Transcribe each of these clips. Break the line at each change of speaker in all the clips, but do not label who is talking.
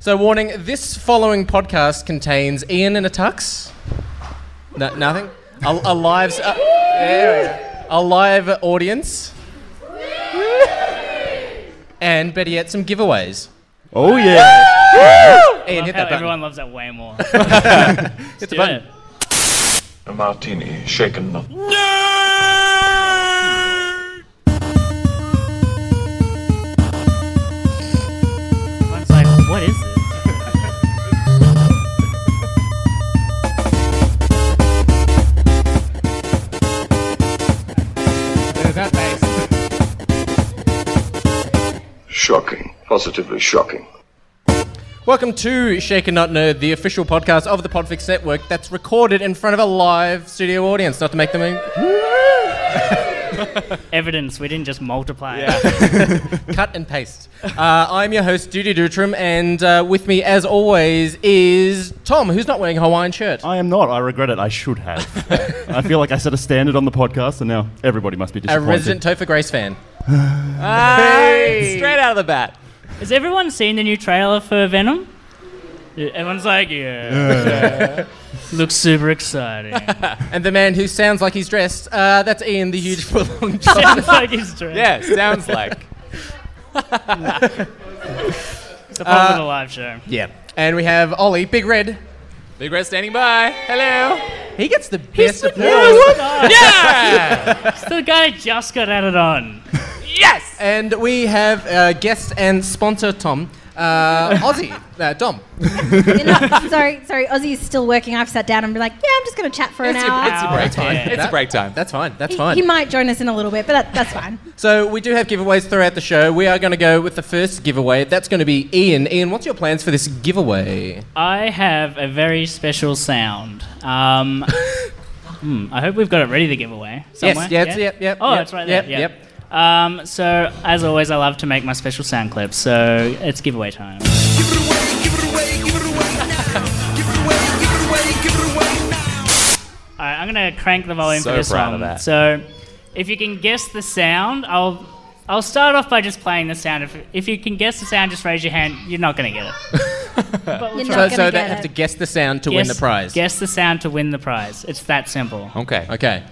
So, warning this following podcast contains Ian in a tux. No, nothing? A, a live. s- uh, there we go. A live audience. And better yet, some giveaways.
Oh yeah.
Ian, hit
Love how
that button.
everyone loves that way more. hit the
button.
A martini, shaken not
Everyone's like, what is this?
shocking, positively shocking.
Welcome to Shaker Not Nerd, the official podcast of the Podfix Network that's recorded in front of a live studio audience, not to make them. In-
Evidence, we didn't just multiply.
cut and paste. Uh, I'm your host, Judy Dutram, and uh, with me, as always, is Tom, who's not wearing a Hawaiian shirt.
I am not. I regret it. I should have. I feel like I set a standard on the podcast, and now everybody must be
A
disappointed.
resident Topher Grace fan. Hey! Straight out of the bat.
Has everyone seen the new trailer for Venom? Yeah, Everyone's like, yeah. Looks super exciting.
And the man who sounds like he's dressed, uh, that's Ian the Huge for Long
Sounds like it's true.
Yeah, sounds like.
It's a part of the live show.
Yeah. And we have Ollie, Big Red.
Big Red standing by. Hello.
He gets the best applause.
Yeah,
Yeah.
it's the guy that just got added on.
yes.
And we have uh, guest and sponsor Tom, uh, Aussie, uh, Dom.
No, sorry, sorry. Aussie's still working. I've sat down and been like, yeah, I'm just going to chat for an
It's a, it's
hour.
a break time.
Yeah.
It's a break time.
That's fine. That's
He,
fine.
he might join us in a little bit, but that, that's fine.
so we do have giveaways throughout the show. We are going to go with the first giveaway. That's going to be Ian. Ian, what's your plans for this giveaway?
I have a very special sound. Um, hmm, I hope we've got it ready to give away. Somewhere.
yes, yep, yep,
Oh,
yep,
it's right there.
yep,
Yep. Um, so, as always, I love to make my special sound clips. So it's giveaway time. Alright, I'm gonna crank the volume
So
for this
proud
one.
of that.
So, if you can guess the sound, I'll I'll start off by just playing the sound. If if you can guess the sound, just raise your hand. You're not gonna get it.
You're not
So,
going to
so they
get
have to
it.
guess the sound to win the
Guess-
prize.
Guess the sound to win the prize. It's that simple.
Okay.
Okay.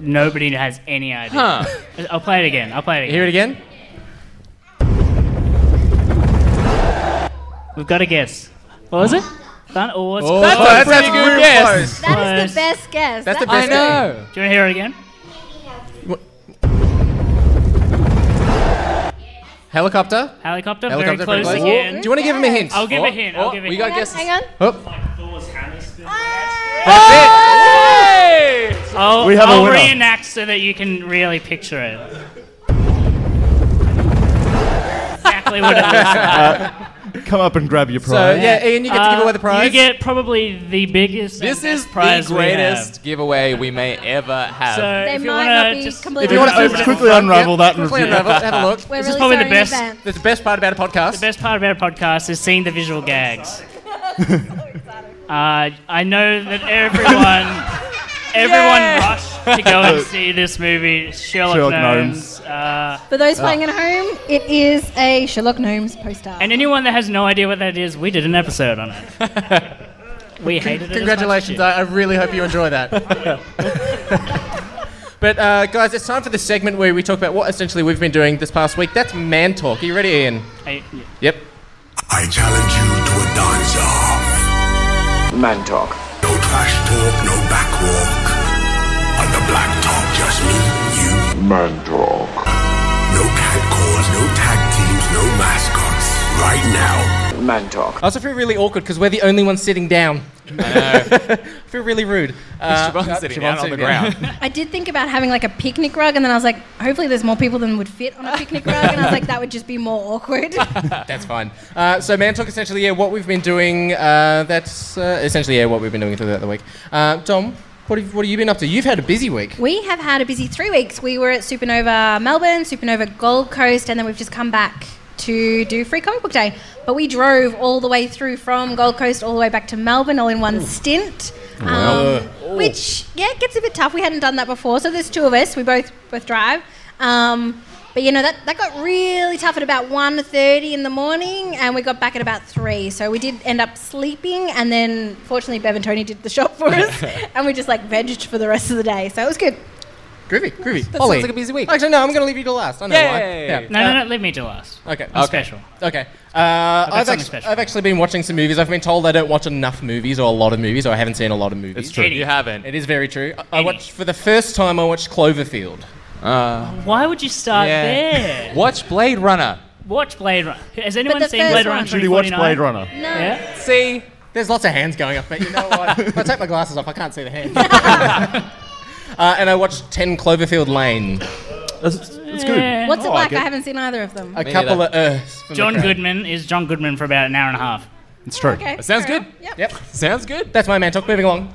Nobody has any idea.
Huh.
I'll play it again. I'll play it again.
Hear it again?
We've got to guess. What was it? Thun or what's
Oh,
Do
That's
you
a
that's
pretty
a
good
real
guess.
close.
That is
Close.
the best guess.
That's the
That-
I
best guess.
know.
want to hear it again?
Helicopter? Helicopter,
Helicopter, very
pretty
close
close.
again.
Do you want to give him a hint?
I'll give
Oh,
a hint. I'll
oh,
give a
we
hint.
got
Hang on,
guesses.
hang on.
Oh,
Hey!
I'll,
We have a
I'll
winner.
reenact so that you can really picture it. exactly what it is.
Come up and grab your
so
prize.
yeah, Ian, you get to give away the prize.
Uh, You get probably the biggest. and
This is
best prize
the
we have.
greatest giveaway we may ever have.
So
They
if you
might
wanna
not be
just-
completely-
if you want to
This is
open
the
it,
quickly
Yep,
unravel that and
Quickly
review.
unravel. it, Have a look.
We're
This is
really
probably the
sorry in
best-
advance.
That's the best part about a podcast.
The best part about our podcast is seeing the visual gags. uh, I know that everyone, everyone rushed to go and see this movie, Sherlock,
Sherlock
Gnomes. Uh,
For those playing at home, it is a Sherlock Gnomes poster.
and anyone that has no idea what that is, we did an episode on it. we hated it. as much as
Congratulations.
uh,
I,
you.
I really hope you enjoy that. but uh, guys, it's time for the segment where we talk about what essentially we've been doing this past week. That's man talk. Are you ready, Ian?
I- yeah.
Yep.
I challenge you to a dance off.
Man talk.
No trash talk, no back walk. On the black top, just me, you.
Man talk.
No cat calls, no tag teams, no mascots. Right now,
Man talk.
I also feel really awkward because we're the only ones sitting down. I feel really rude. Uh,
Siobhan's
uh,
sitting
Siobhan's
down on the
sitting
ground.
I did think about having like a picnic rug, and then I was like, hopefully there's more people than would fit on a picnic rug, and I was like, that would just be more awkward.
That's fine. Uh, so man talk essentially, yeah, what we've been doing. Uh, that's uh, essentially yeah, what we've been doing throughout the week. Uh, Tom, what have, what have you been up to? You've had a busy week.
We have had a busy three weeks. We were at Supernova Melbourne, Supernova Gold Coast, and then we've just come back to do Free Comic Book Day. But we drove all the way through from Gold Coast all the way back to Melbourne all in one stint, um, which yeah gets a bit tough. We hadn't done that before, so there's two of us. We both both drive. Um, But you know that, that got really tough at about 1.30 in the morning, and we got back at about three. So we did end up sleeping, and then fortunately Bev and Tony did the shop for us, and we just like vegged for the rest of the day. So it was good.
Groovy, groovy. That
sounds like a busy week.
Actually, no, I'm going to leave you to last. I know
Yay.
why. Yeah.
No, no, no, leave me to last.
no. Okay.
I'm
Okay.
special.
Okay. Uh, I've,
something
act-
special.
I've actually been watching some movies. I've been told I don't watch enough movies or a lot of movies, or I haven't seen a lot of movies.
It's true.
Any.
You haven't.
It is very true. I, I
Any.
watched for the first time. I watched Cloverfield.
Uh,
Why would you start
Yeah.
there?
watch Blade Runner.
Watch Blade Runner. Has anyone
the
seen
first
Blade
one-
Runner?
Judy, watch
2049?
Blade Runner.
No,
Yeah.
See?
There's lots of hands going up, but you know what? if I take my glasses off, I can't see the hands. uh, and I watched Ten Cloverfield Lane.
That's, that's good.
Yeah.
what's it
Oh, I like
like? I
it.
haven't seen either of them.
A
Me
couple
neither.
of Earths. from the
John
crowd.
Goodman is John Goodman for about an hour and a half.
It's true.
Okay,
sounds
fair
good.
enough. Yep.
Yep.
Sounds good. Oh.
That's my man talk. Moving along.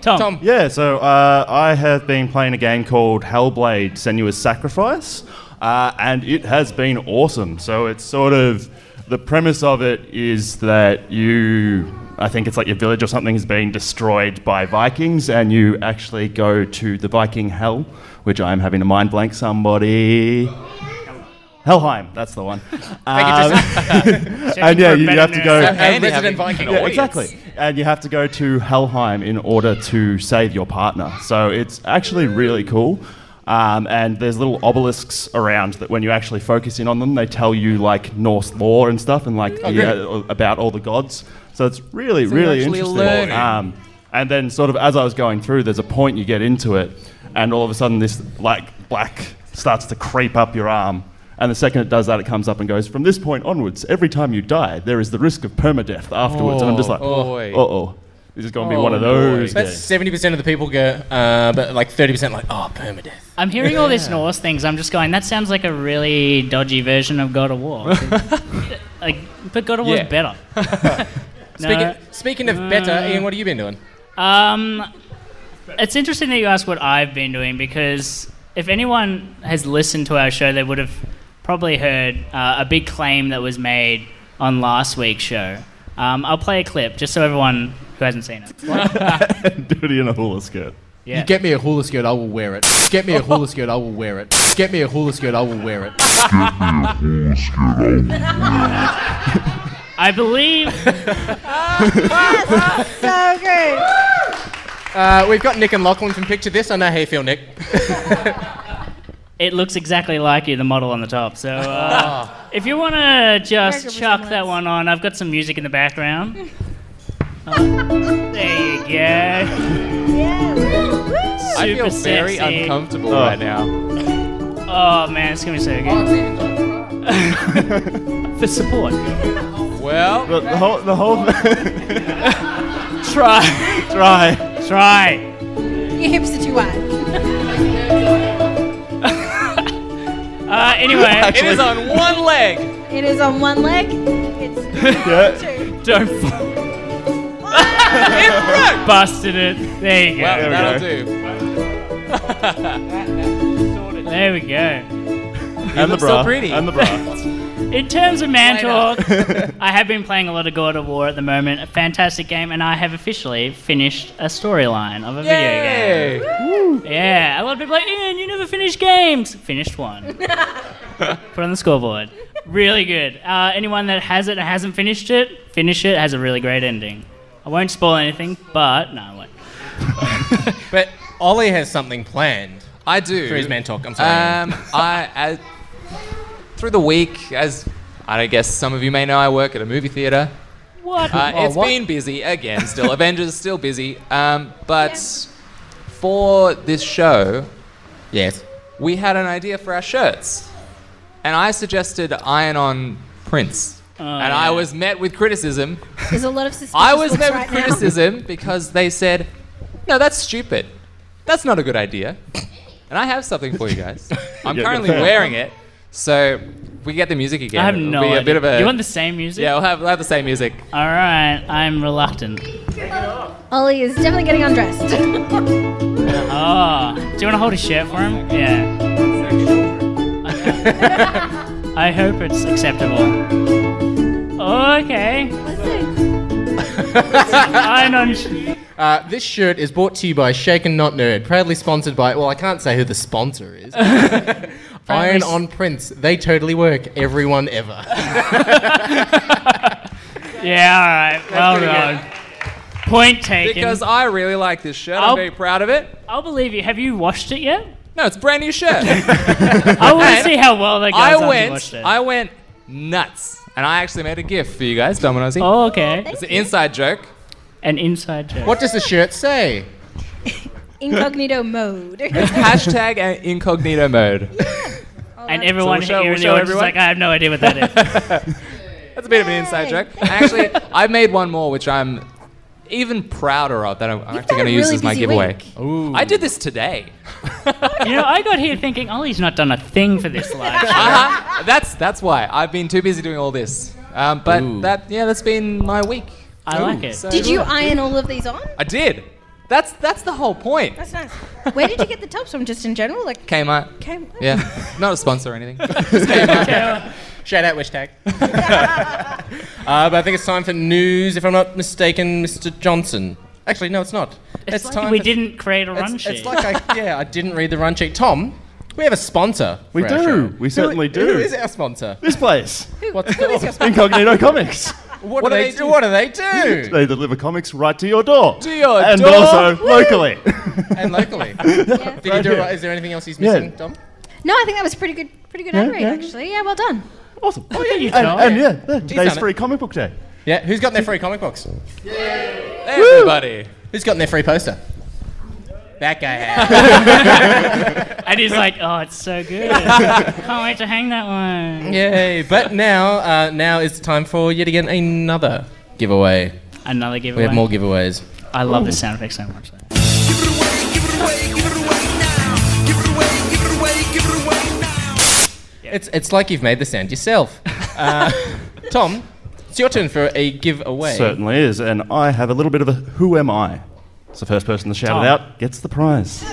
Tom.
Tom.
Yeah, so uh, I have been playing a game called Hellblade Senua's Sacrifice, uh, and it has been awesome. So it's sort of the premise of it is that you, I think it's like your village or something is being destroyed by Vikings, and you actually go to the Viking Hell, which I'm having to mind blank somebody. Helheim, that's the one. Um, and yeah,
for a
you
better
have to
nerd.
go.
And
And
having
Uh, Resident
an
Viking.
audience.
Yeah, exactly. And you have to go to Helheim in order to save your partner. So it's actually really cool. Um, and there's little obelisks around that when you actually focus in on them, they tell you like Norse lore and stuff and like the, uh, about all the gods. So it's really,
Oh, you're
really
actually
interesting.
learning.
Um, and then sort of as I was going through, there's a point you get into it, and all of a sudden this like black starts to creep up your arm. And the second it does that, it comes up and goes, from this point onwards, every time you die, there is the risk of permadeath afterwards. and I'm just like,
Oh,
oh,
boy.
oh. This is going to be one of
Oh, boy.
those.
That's
days.
seventy percent of the people go, uh, but like thirty percent like, oh, permadeath.
I'm hearing all this Norse things. I'm just going. That sounds like a really dodgy version of God of War. like, but God of War
Yeah.
is better. no.
Speaking, speaking of better, Ian, what have you been doing?
Um, it's interesting that you asked what I've been doing because if anyone has listened to our show, they would have probably heard uh, a big claim that was made on last week's show. Um, I'll play a clip just so everyone who hasn't seen it.
Duty in a hula skirt.
Yeah.
Get me a hula skirt, I will wear it. Get me a hula skirt, I will wear it. Get me a hula skirt, I will wear it.
I believe
So good.
Uh, we've got Nick and Lachlan from Picture This. I know how you feel, Nick.
it looks exactly like you, the model on the top. So uh,
Oh.
if you want to just
Character
chuck that
resemblance.
one on, I've got some music in the background. Oh, there you go.
Yeah. Woo, woo.
I feel
Super
very
sexy.
uncomfortable right now.
Oh man, it's gonna be so good. For support,
Well,
But the whole, the whole
try,
try.
try.
Your hips are too wide.
Uh, anyway,
it is on one leg.
It is on one leg. It's
Yeah.
two.
don't f- busted it. There you go.
Well,
There we
that'll
go.
do.
there we go.
And the
look so
bra.
pretty.
And the bra.
In terms of man talk, I have been playing a lot of God of War at the moment. A fantastic game, and I have officially finished a storyline of a
Yay.
video game. Yeah, a lot of people are like, Ian, you never finish games. Finished one. Put on the scoreboard. Really good. Uh, anyone that has it and hasn't finished it, finish it. it Has a really great ending. I won't spoil anything, but no, I won't.
But Ollie has something planned
I do.
for his man talk. I'm sorry.
Um, I as, through the week, as I guess some of you may know, I work at a movie theater.
What?
Uh,
Oh,
it's
what?
been busy again. Still, Avengers is still busy. Um, but for this show,
yes.
we had an idea for our shirts, and I suggested iron-on prints.
Oh,
and I was met with criticism.
There's a lot of suspicious
I was
looks
met
right
with criticism because they said, "No, that's stupid. That's not a good idea." And I have something for you guys. I'm
Yeah,
currently
fair.
wearing it, so if we get the music again.
I have
it'll
no
be
idea.
a bit of a
you want the same music?
yeah. We'll have, we'll have the same music.
All right, I'm reluctant.
now. Ollie is definitely getting undressed.
Oh, do you want to hold his shirt for him? Yeah. I hope it's acceptable. Okay.
Listen,
Iron on. Sh-
Uh, this shirt is brought to you by Shaken Not Nerd, proudly sponsored by. Well, I can't say who the sponsor is. Iron
Finally s-
on prints. They totally work. Everyone ever.
Yeah, all right. Well done. Point taken.
Because I really like this shirt.
I'll-
I'm very proud of it.
I'll believe you. Have you washed it yet?
No, it's a brand new shirt.
I want to
And
see how well that goes.
I
after you washed
went,
it.
I went nuts, and I actually made a gift for you guys, Domino's.
Oh, okay.
It's an inside joke.
An inside joke.
What does the shirt say?
Incognito mode.
Hashtag uh, incognito mode.
And everyone
we'll show-
here
we'll
in the
show
audience
everyone?
is like, I have no idea what that is.
That's a bit of an inside
Yay.
joke. And Actually, I made one more, which I'm even prouder of that I'm I'm actually
had a
going to use
really
as my
busy
giveaway.
week.
Ooh.
I did this today.
you know, I got here thinking, Ollie's not done a thing for this live show.
Uh-huh. That's that's why I've been too busy doing all this. Um, but
Ooh.
that yeah, that's been my week.
I like it.
So-
Did you iron all of these on?
I did. That's that's the whole point.
That's nice. Where did you get the tops from? Just in general, like
Kmart.
came.
Yeah, not a sponsor or anything.
Shout out Wishtag. uh, but I think it's time for news, if I'm not mistaken, Mr. Johnson. Actually, no, it's not.
It's like we
for-
didn't create a run
It's,
sheet.
it's like I, yeah, I didn't read the run sheet. Tom, we have a sponsor.
We
for our
do.
show.
We certainly
who,
do.
Who is our sponsor?
This place,
What's who is your sponsor?
Incognito Comics.
What, do they do? What do they do?
They deliver comics right to your door.
To your
and
door.
also locally.
and locally. Did you do,
here.
Is there anything else he's
Yeah.
missing, Tom?
No, I think that was pretty good. Pretty good hand read,
yeah.
actually. Yeah, well done.
awesome. Oh,
yeah, you
and,
tell.
and yeah, yeah,
done
today's
it.
free comic book day.
Yeah, who's got their free comic books?
Everybody.
Who's gotten their free poster? That guy has.
and he's like, oh, it's so good. Can't wait to hang that one.
Yay! But now, uh, now it's time for yet again another giveaway.
Another giveaway.
We have more giveaways.
I love the sound effects so much. though.
It's it's like you've made the sound yourself. Uh, Tom, it's your turn for a giveaway.
Certainly is. And I have a little bit of a who am I? It's the first person to shout
Tom.
it out gets the prize.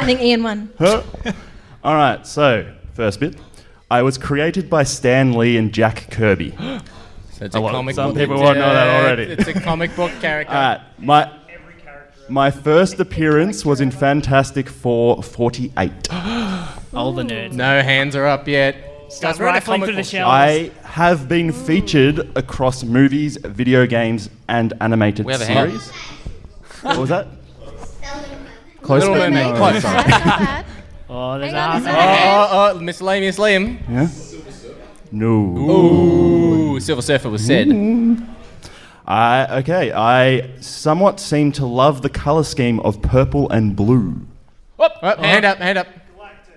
I think Ian won.
Huh? All right, so first bit. I was created by Stan Lee and Jack Kirby. All
So
Oh,
it's a,
A lot of-
comic
some
book.
people won't know that already.
It's a comic book character.
right, my my first appearance was in Fantastic Four 48.
All the nerds.
no hands are up yet. Guys, we're at a
rifling
comic
through the
book
shelves.
I have been featured across movies, video games, and animated
We have a hand.
series. What was that?
Close Little
Little
Mermaid.
Mermaid.
Close.
That's not bad.
Oh, there's
Hang
a
on a
half.
second.
Oh, oh, oh, miscellaneous Liam.
Yeah. No.
Ooh, Silver Surfer was said.
I okay. I somewhat seem to love the color scheme of purple and blue.
Whoop,
Oh,
whoop, hand up, hand up.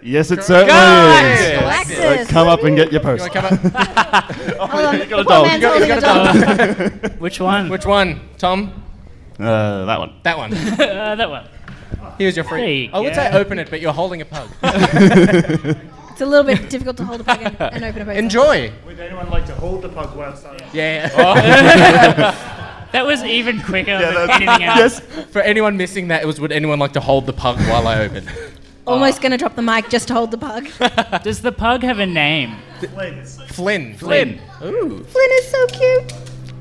Yes, it certainly
Guys!
is.
Galactus.
Come up and get your post.
Wanna come up?
Hold on.
got a
the poor
dog.
man's
You
holding a dog.
Which one?
Which one? Tom?
Uh, that one.
That one.
Uh, that one.
Here's your free.
There you
I would
go.
say open it, but you're holding a pug.
It's a little bit difficult to hold a bag and, and open a bag.
Enjoy.
Would anyone like to hold the pug while it's
Yeah.
Oh. That was even quicker than
that's-
anything
Yes.
else.
For anyone missing that, it was would anyone like to hold the pug while I open?
Almost going to drop the mic just to hold the pug. Flynn
Does the pug have a name?
Flynn.
Flynn.
Ooh.
is so cute.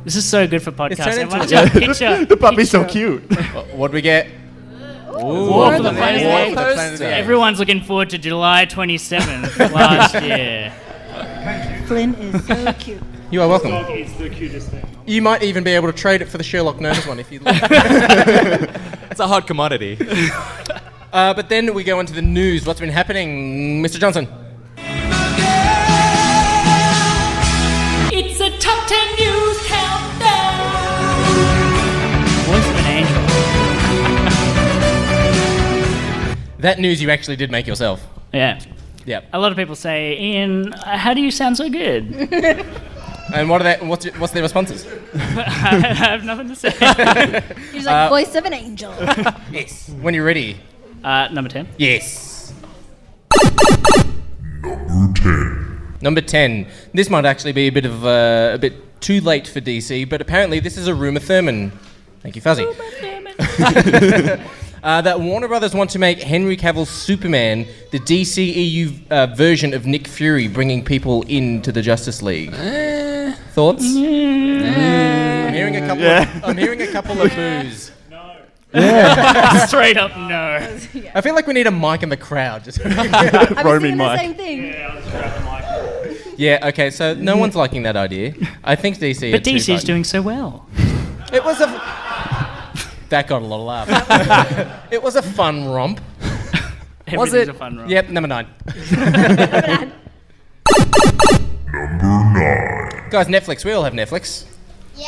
This is so good for podcasts.
turned
Everyone,
into a-
just picture.
the puppy's so cute.
What'd we get? Ooh.
War for the Planet of the
Apes.
War for the Planet of the Apes.
Everyone's looking forward to July 27th last year.
Flynn is so cute.
You are welcome.
It's the cutest thing.
You might even be able to trade it for the Sherlock Gnomes one if you'd like.
It's a hot commodity.
Uh, but then we go into the news. What's been happening, Mr. Johnson?
It's a top 10 news countdown.
Voice of an angel.
That news you actually did make yourself.
Yeah.
Yep.
A lot of people say, Ian, uh, how do you sound so good?
Uh, And what are that? What's, your- what's their responses?
I have nothing to say.
He's
Uh,
like voice of an angel.
Yes. When you're ready.
Uh, number 10.
Yes. Number 10. This might actually be a bit of uh, a bit too late for DC, but apparently this is a rumor Thurman. Thank you, Fuzzy. uh, that Warner Brothers want to make Henry Cavill's Superman the DCEU uh, version of Nick Fury, bringing people into the Justice League. Thoughts? I'm hearing a couple.
Yeah.
Of, I'm hearing a couple of boos. Yeah.
Straight up no.
I feel like we need a mic in the crowd. Just
Roaming the same thing.
Yeah, okay, so no one's liking that idea. I think DC.
But
are too
DC's
tight.
doing so well.
It was a. That got a lot of laughs. it was a fun romp. was
Everything's
it?
a fun romp.
Yep, number nine. Guys, Netflix. We all have Netflix. Yeah.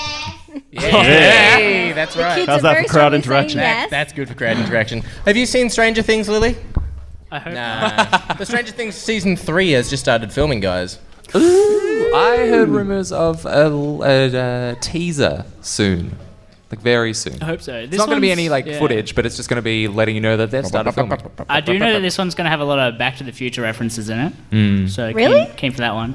Yeah.
Hey, that's
The
right.
kids How's are that for very crowd strongly saying interaction?
That-
yes.
that's good for crowd interaction. Have you seen Stranger Things, Lily?
I hope
Nah. the Stranger Things season three has just started filming, guys.
I heard rumors of a, l- a, uh teaser soon, like very soon.
I hope so.
It's
This
not going to be
one's-
any like
yeah.
footage, but it's just going to be letting you know that they've started filming.
I do know that this one's going to have a lot of Back to the Future references in it.
Mm.
So
Really?
keen, keen for that one.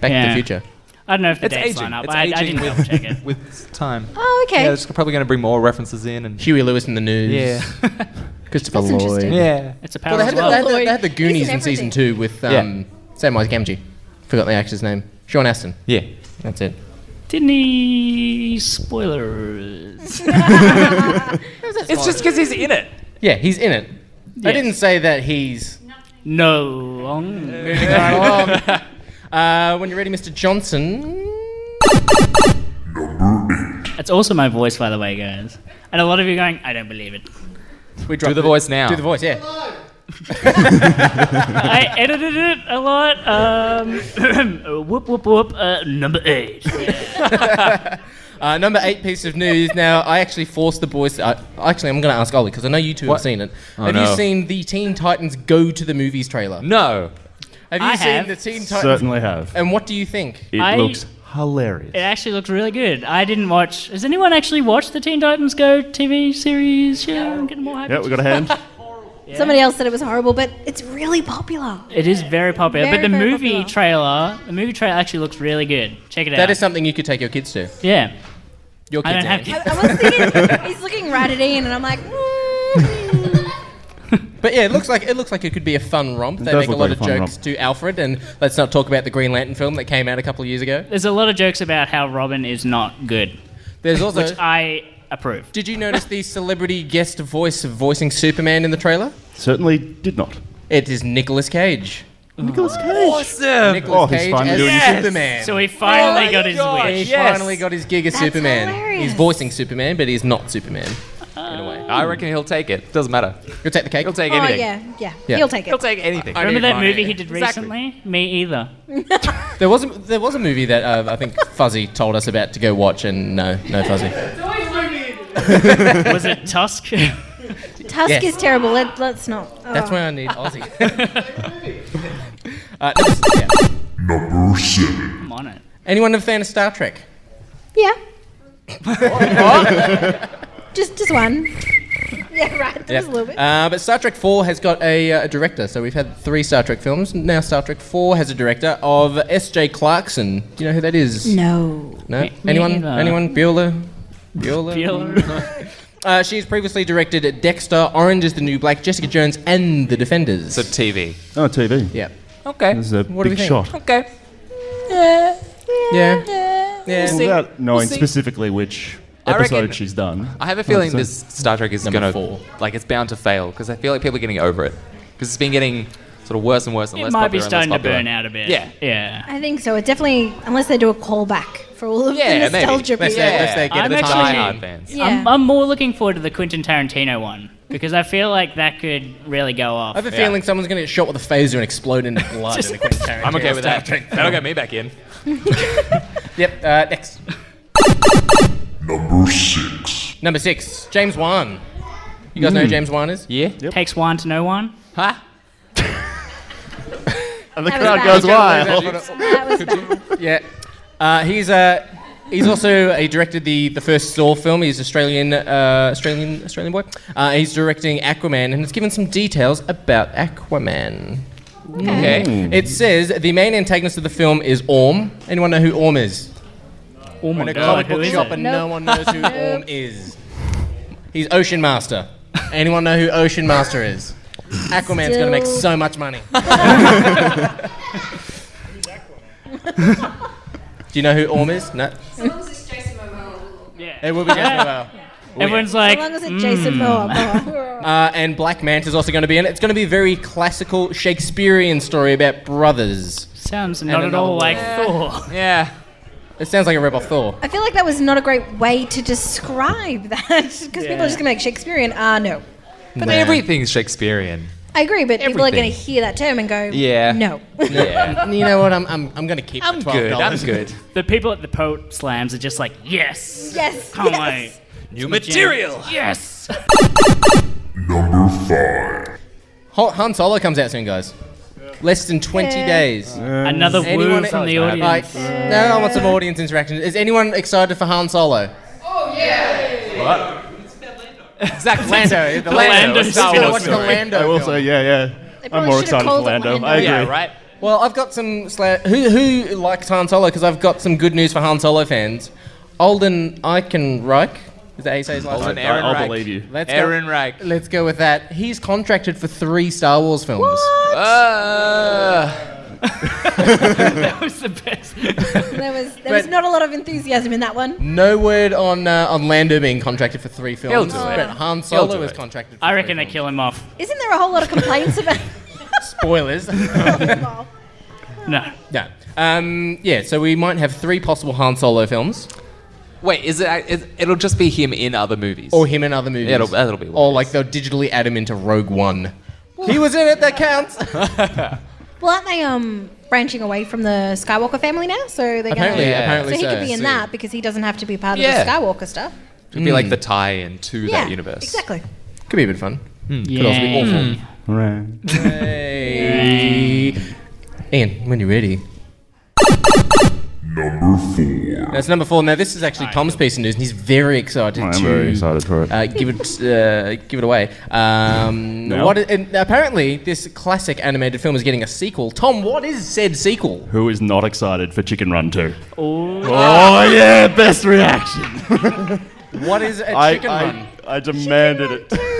Back to the
Yeah.
Future.
I don't know if the
It's
dates
aging.
line up.
It's
I, I
aging
didn't
with-
double check it.
with time.
Oh, okay.
Yeah, it's probably going to bring more references in and
Huey Lewis in the news.
yeah,
Christopher
That's
Lloyd.
interesting.
yeah.
It's a power
Well, they
as
had, the,
well.
they, had the, they had the Goonies
Isn't
in season two with
Yeah.
um, Samwise Gamgee. Forgot the actor's name. Sean Astin.
Yeah.
That's it.
Didn't he spoilers?
It's just because he's in it.
Yeah, he's in it. I
Yes.
didn't say that he's.
no long.
Moving right along. Uh, when you're ready, Mr. Johnson.
It's also my voice, by the way, guys. And a lot of you going, I don't believe it.
We
Do
dropped
the voice now.
Do the voice, yeah.
I edited it a lot. Um, whoop whoop whoop. Uh, number eight.
Uh, number eight piece of news. Now, I actually forced the boys. I, actually, I'm going to ask Ollie because I know you two
What?
have seen it.
Oh,
have
no. Mm.
you seen the Teen Titans Go to the Movies trailer?
No.
Have you
I
seen
have.
the Teen Titans?
Certainly have.
And what do you think?
It
I-
looks
It
hilarious.
actually looked really good. I didn't watch. Has anyone actually watched the Teen Titans Go TV series? Yeah, I'm getting more hype.
Yeah, we got a hand.
Somebody else said it was horrible, but it's really popular.
It is very popular,
Very,
but the
very
movie
popular.
trailer, the movie trailer actually looks really good. Check it out.
That is something you could take your kids to.
yeah.
Your
I
kids.
don't have
Andy.
I, I was thinking, he's looking right at Ian, and I'm like, mm.
But yeah, it looks like it looks like it could be a fun romp. They make
does
a
look
lot
like
of
a fun
jokes to Alfred, and let's not talk about the Green Lantern film that came out a couple of years ago.
There's a lot of jokes about how Robin is not good,
There's also.
which I approve.
did you notice the celebrity guest voice of voicing Superman in the trailer?
Certainly did not.
It is Nicolas Cage.
Nicholas
Oh,
Cage.
Awesome.
Nicolas
Oh, he's
Cage
finally
as
doing
his-
Superman.
So he finally got his
God.
Oh
wish.
he
Oh Yes.
finally got his gig as Superman.
hilarious.
He's voicing Superman, but he's not Superman.
I reckon he'll take it. Doesn't matter.
You'll take the cake.
He'll Ah. take
oh
anything.
yeah, yeah,
Yeah.
he'll take it.
He'll take anything.
Remember that movie he did
Exactly.
recently? Me either.
There was a, there was a movie that uh, I think Fuzzy told us about to go watch, and no, no Fuzzy.
Was it Tusk?
Tusk
Yes.
is terrible. Let, let's not. Oh.
That's why I need Aussie. uh, number s- yeah.
Number seven.
I'm on it.
Anyone a fan of Star Trek?
Yeah. just, just one. Yeah, right. Just a little bit.
Uh, but Star Trek 4 has got a, uh, a director. So we've had three Star Trek films. Now Star Trek 4 has a director of S.J. Clarkson. Do you know who that is?
no.
No?
Me
Anyone?
neither.
Anyone? Bueller? Bueller? Uh, she's previously directed Dexter, Orange is the New Black, Jessica Jones, and The Defenders.
So TV.
Oh, TV.
yeah.
Okay.
This is a
What do we think?
big shot.
Okay.
Yeah. Yeah.
see.
Without
We'll
knowing
see.
specifically which
I reckon-
episode she's done.
I have a feeling
Hard to
this
say.
Star Trek is
Number
gonna
four.
like it's bound to fail because I feel like people are getting over it because it's been getting sort of worse and worse and
It
less
might be
popular and
starting
less
to
popular.
burn out a bit.
Yeah.
Yeah.
I think so. It definitely, unless they do a callback for all of
Yeah,
the
maybe.
nostalgia
Let's,
people.
say, let's say get
I'm
it
The
at the
actually-
time.
diehard fans.
Yeah.
Um,
I'm, I'm more looking forward to the Quentin Tarantino one because I feel like that could really go off.
I have a feeling someone's going to get shot with a phaser and explode into blood.
Just-
in a Quentin Tarantino
I'm okay with
Star
that.
Trek film.
That'll get me back in.
Yep, uh, next.
Number six.
Number six, James Wan. You guys know who James Wan is?
Yeah.
Takes one to know one.
Huh?
And the
That
crowd
was
goes wild.
that was bad.
Yeah. Uh, he's uh, he's also uh, he directed the, the first Saw film. He's Australian uh, Australian Australian boy. Uh, he's directing Aquaman and has given some details about Aquaman.
Okay.
It says the main antagonist of the film is Orm. Anyone know who Orm is?
Oh my
In a
god,
comic
who
book
is
shop
it?
and no one knows who Orm is. He's Ocean Master. Anyone know who Ocean Master is? Aquaman's gonna make
Still-
so much money. Do you know who Orm is? No.
Yeah.
It will be Jason Momoa.
Everyone's like,
as long as it's Jason
Mm.
Oh, Momoa. Momoa.
Uh, and Black Manta's also going to be in it. It's going to be a very classical Shakespearean story about brothers.
sounds
And
not at
another
all
one.
like
Yeah.
Thor.
Yeah.
It sounds like a rip off Thor.
I feel like that was not a great way to describe that because people
Yeah.
are just going to make Shakespearean. Ah, no.
But
Nah.
everything's Shakespearean.
I agree, but people are going
Everything.
to hear that term and go,
Yeah.
no.
Yeah.
you know what? I'm, I'm, I'm going to keep
I'm
the
good. I'm
$12.
good.
The people at the Poet Slams are just like, yes,
Yes.
can't
yes.
wait.
New material.
Yes.
Number five.
Ho- Han Solo comes out soon, guys. Less than 20
Yeah.
days.
Another woo from the audience.
Like, no, I want some audience interaction. Is anyone excited for Han Solo?
Zach Lando. The Lando.
Lando
of Star
spin-off
Wars
Watch the
story.
Lando
I will
film.
say, yeah, yeah. I'm
probably
more
should have
excited for
called it
Lando. I
Lando.
agree.
Yeah, right?
Well, I've got some. Sla- who who likes Han Solo? Because I've got some good news for Han Solo fans. Alden Eichenreich. Is that how you say his last
Alden
name?
I-
Ehrenreich.
I'll believe you.
Let's go-
Aaron Reich.
Let's go with that. He's contracted for three Star Wars films.
Uh,
that was the best.
There was there was
But-
not a lot of enthusiasm in that one.
No word on uh, on Lando being contracted for three films.
He'll do it.
But Han
He'll
Solo
do
is
it.
contracted. For
I
three
reckon they
films.
kill him off.
Isn't there a whole lot of complaints about?
Spoilers.
Oh,
No.
no. Um, yeah. So we might have three possible Han Solo films,
wait, is it? uh, Is, it'll just be him in other movies.
or him in other movies.
It'll- that'll be
Or
worse.
like they'll digitally add him into Rogue One. He was in it. That counts.
well, aren't they um branching away from the Skywalker family now? So they're
apparently,
Yeah.
apparently
Gonna, so he could be in
so-
that because he doesn't have to be part
Yeah.
of the Skywalker stuff.
It'd be like the tie-in to that universe.
Exactly.
Could be a bit fun.
Could also be
Hmm.
awful.
Hey. Ian, when you're ready.
Number four.
That's number four. Now this is actually Tom's piece of news, and he's very excited
I'm
to
very excited for it.
uh, give it uh, give it away. Um,
No.
what i- and apparently this classic animated film is getting a sequel. Tom, what is said sequel?
Who is not excited for Chicken Run 2? Oh, yeah, best reaction.
What is a
I,
chicken
I,
run?
I demanded it.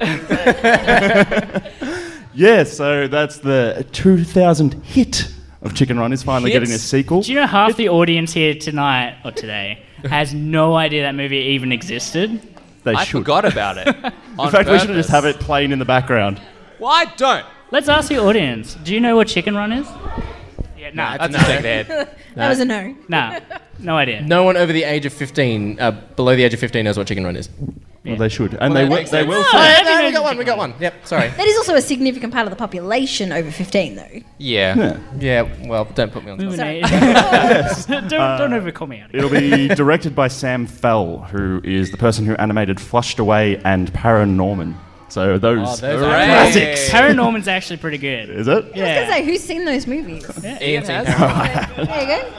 yeah, so that's the 2000 hit of Chicken Run is finally
Hits?
getting a sequel.
Do you know half the audience here tonight or today has no idea that movie even existed?
they
I
should.
forgot about it.
In fact, we should just have it playing in the background.
Why don't?
Let's ask the audience. Do you know what Chicken Run is? Yeah, no,
That's a big head.
That was a no.
nah, no idea.
No one over the age of 15, uh, below the age of 15, knows what chicken run is.
Well, they should. And
Well, that
they, will,
makes
they
sense.
will.
Oh,
say-
I didn't
No,
know
we got one. We
chicken
got
run.
one. Yep. Sorry.
That is also a significant part of the population over 15, though.
Yeah.
Yeah.
Yeah. Well, don't put me on. the spot.
Sorry. don't don't overcall me out.
It'll be directed by Sam Fell, who is the person who animated Flushed Away and Paranorman. So those,
Oh, those
Hooray.
classics.
Paranorman's actually pretty good.
Is it?
I was
Yeah.
gonna say, who's seen those movies?
Ian
Ian
seen
has.
There you go.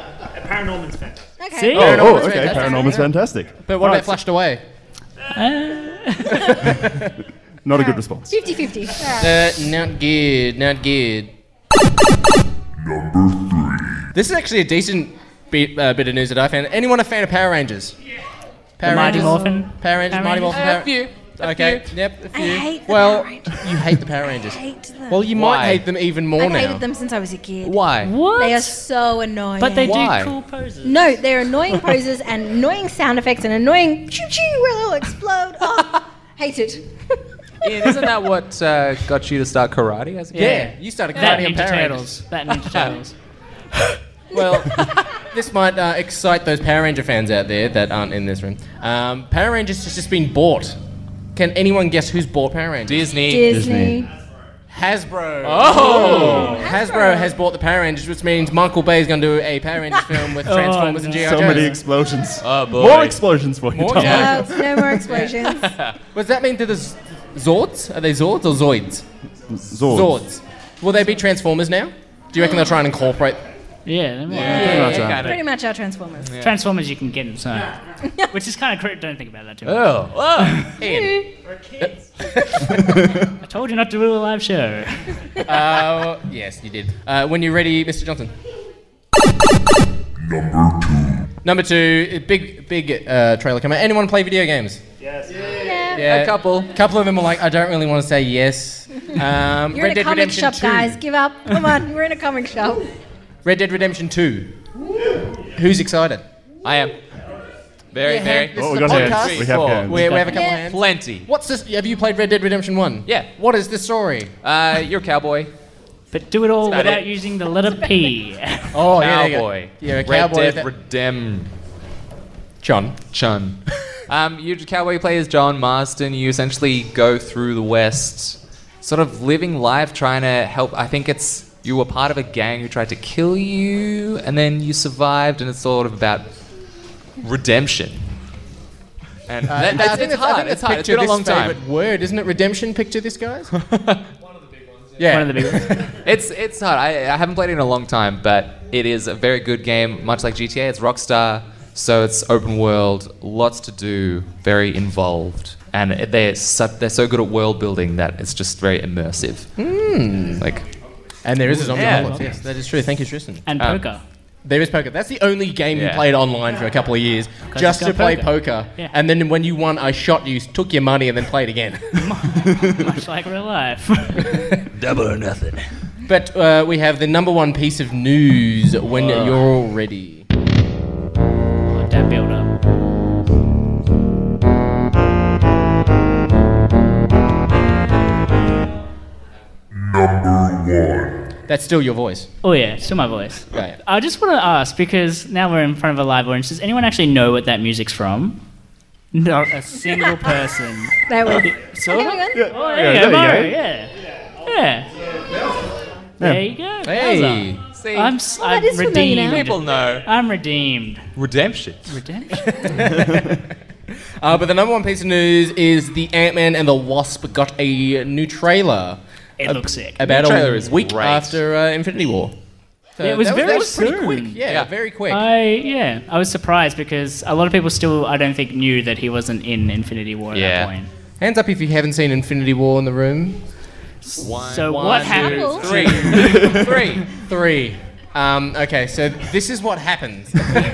Paranorman's fantasy.
Okay.
See?
Oh, oh,
Paranorman's
okay.
fantastic.
Paranorman's fantastic.
But what
Right,
about Flashed Away?
Uh,
Not a good response.
50 50.
Uh, not good, not good.
Number three.
This is actually a decent bit, uh, bit of news that I found. Anyone a fan of Power Rangers? Power
The Mighty
Rangers?
Morphin.
Power Rangers,
Power
Mighty
Rangers.
Morphin.
A
Power-
few. A
Okay.
few.
Yep. A
I
few.
hate the
well,
Power Rangers.
you hate the Power Rangers.
hate them.
Well, you
Why?
might hate them even more
I've
now.
hated them since I was a kid.
Why?
What?
They are so annoying.
but they
Why?
do cool poses.
No, they're annoying poses and annoying sound effects and annoying choo choo where they'll explode. Oh, hate it.
Ian, isn't that what uh, got you to start karate as a kid?
Yeah.
Yeah.
you started
That
karate on
Ninja
Power
Turtles.
Rangers.
That Ninja Turtles.
Well, this might uh, excite those Power Ranger fans out there that aren't in this room. Um, Power Rangers has just been bought. Can anyone guess who's bought Power Rangers?
Disney.
Disney.
Hasbro. Oh! Hasbro has bought the Power Rangers, which means Michael Bay is going to do a Power Rangers film with Transformers and
no.
G.I.
So
Joe.
many explosions.
Oh, boy.
Ah, More explosions for you,
More
Tom.
explosions.
No, no more explosions.
What does that mean to the Z- Zords? Are they Zords or Zoids?
Zords.
Zords. Will they be Transformers now? Do you reckon they'll try and incorporate?
Yeah, they're more-
Yeah, kinda.
Pretty much our Transformers.
Transformers you can get inside. Which is kind of cr Don't think about that too much.
Oh, oh.
Ian.
I told you not to do a live show.
Uh, yes, you did. Uh, when you're ready, Mr. Johnson.
Number two.
Number two, a big, big uh, trailer coming. out. Anyone play video games?
Yes.
Yeah.
A couple.
couple of them are like, I don't really want to say yes. Um,
You're
Red
in a
Dead
comic
Redemption
shop,
2.
guys. Give up. Come on, we're in a comic shop.
Red Dead Redemption 2. Who's excited?
I am. Very,
Yeah,
very.
hand- this Oh, is we a got hands. podcast. We have
Four.
hands. We- we have a couple Yeah. hands.
Plenty.
What's this? Have you played Red Dead Redemption One?
Yeah.
What is this story?
Uh, you're a cowboy.
But do it all
That's about
without
it.
using the letter P.
Oh, yeah, there you go.
Uh, cowboy.
Yeah, a
Red
cowboy
Dead
that-
Redem.
John.
Chun. um, you cowboy you play as John Marston. You essentially go through the West, sort of living life, trying to help. I think it's you were part of a gang who tried to kill you, and then you survived, and it's sort of about redemption. And
Uh,
that, that's,
I think that's-
it's
I
hard.
think that's
It's hard. It's been a
picture
long
this
time.
favourite word, isn't it? Redemption. Picture this, guys. One of the big ones. Yeah.
One of the big ones.
It's it's hard. I, I haven't played it in a long time, but it is a very good game, much like GTA. It's Rockstar, so it's open world, lots to do, very involved, and it- they're so, they're so good at world building that it's just very immersive.
Hmm.
Like
And there is a zombie
Yeah.
apocalypse. Yes, that is true. Thank you, Tristan.
and
Um,
poker.
There is poker. That's the only game you
Yeah.
played online for a couple of years,
Because
just
it's
to
got
play
poker.
poker.
Yeah.
And then when you won, I shot you, took your money, and then played again.
Much like real life.
Double or nothing.
but uh, we have the number one piece of news when you're all ready.
Like that Oh, build up.
That's still your voice.
Oh yeah, still my voice.
Right.
I just want to ask because now we're in front of a live audience. Does anyone actually know what that music's from? Not a single person.
There we go.
So?
everyone.
Oh,
Yeah,
there you
there
go,
you
Mario,
go.
yeah. Yeah. There you go.
Hey.
Wowza.
See,
I'm, s-
Oh, that
I'm
is familiar now.
redeemed.
people know
I'm redeemed.
redemption.
Redemption.
Uh, but the number one piece of news is the Ant Man and the Wasp got a new trailer.
It looks sick.
About
The trailer
a
is
week
great.
after uh, Infinity War. So
It was
that
very
that was pretty
soon.
quick. Yeah,
Yeah.
very quick.
I yeah, I was surprised because a lot of people still I don't think knew that he wasn't in Infinity War at
Yeah.
that point.
Hands up if you haven't seen Infinity War in the room.
One,
So
one,
what
two,
happened?
Three, three.
Three. Um, okay, so this is what happens.